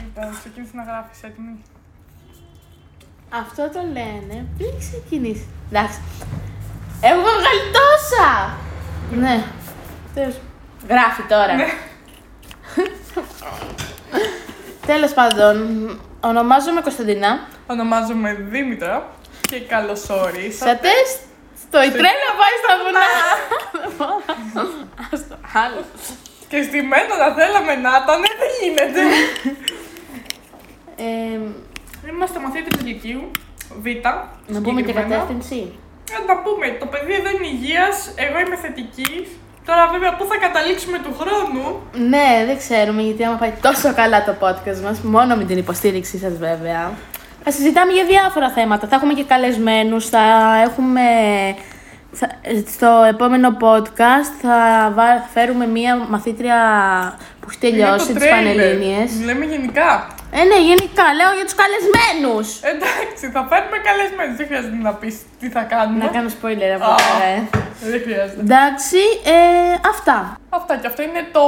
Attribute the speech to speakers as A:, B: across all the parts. A: Λοιπόν, ξεκίνησε να γράφεις έτοιμη.
B: Αυτό το λένε πριν ξεκινήσει. Εντάξει. Έχω βγάλει τόσα! ναι. Τέλος. Γράφει τώρα. Τέλος πάντων, ονομάζομαι Κωνσταντινά.
A: Ονομάζομαι Δήμητρα και καλώς ορίσατε.
B: Σατε στο η τρέλα πάει στα βουνά. Άστο, άλλο.
A: Και στη μένα να θέλαμε να ήταν, δεν γίνεται.
B: Ε,
A: Είμαστε μαθήτες Λυκείου, Β.
B: Να πούμε και
A: συγκεκριμένα.
B: κατεύθυνση.
A: Ε, Να τα πούμε, το παιδί δεν είναι υγείας, εγώ είμαι θετική. Τώρα βέβαια πού θα καταλήξουμε του χρόνου.
B: Ναι, δεν ξέρουμε γιατί άμα πάει τόσο καλά το podcast μας, μόνο με την υποστήριξή σας βέβαια. Θα συζητάμε για διάφορα θέματα. Θα έχουμε και καλεσμένους, θα έχουμε... θα- στο επόμενο podcast θα βα- θα φέρουμε μία μαθήτρια που έχει τελειώσει
A: Είναι το
B: τις
A: τρέιλερ.
B: Πανελλήνιες.
A: Λέμε γενικά.
B: Ε, ναι, γενικά λέω για τους καλεσμένους.
A: Εντάξει, θα φέρουμε καλεσμένους, δεν χρειάζεται να πεις τι θα κάνουμε.
B: Να κάνω spoiler από
A: Α.
B: τώρα, ε.
A: Δεν χρειάζεται.
B: Εντάξει, ε, αυτά.
A: Αυτά και αυτό είναι το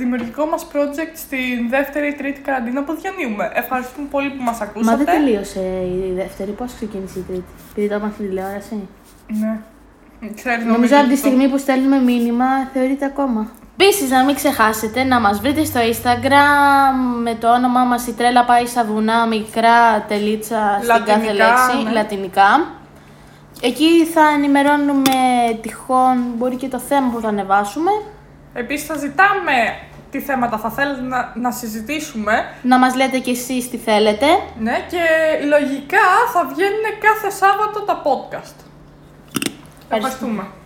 A: δημιουργικό μας project στην δεύτερη ή τρίτη καραντίνα που διανύουμε. Ευχαριστούμε πολύ που μας ακούσατε.
B: Μα δεν τελείωσε η δεύτερη. Πώς ξεκίνησε η τρίτη, επειδή το είπαμε στην τηλεόραση.
A: Ναι. Ξέρεις,
B: Νομίζω από τη
A: ότι το-
B: στιγμή που στέλνουμε μήνυμα θεωρείται ακόμα. Επίσης, να μην ξεχάσετε να μας βρείτε στο Instagram με το όνομά μας η τρέλα πάει στα βουνά μικρά τελίτσα στην κάθε
A: Λατινικά,
B: λέξη,
A: ναι.
B: λατινικά. Εκεί θα ενημερώνουμε τυχόν, μπορεί και το θέμα που θα ανεβάσουμε.
A: Επίσης θα ζητάμε τι θέματα θα θέλετε να, να συζητήσουμε.
B: Να μας λέτε κι εσείς τι θέλετε.
A: Ναι, και λογικά θα βγαίνουν κάθε Σάββατο τα podcast. Ευχαριστούμε.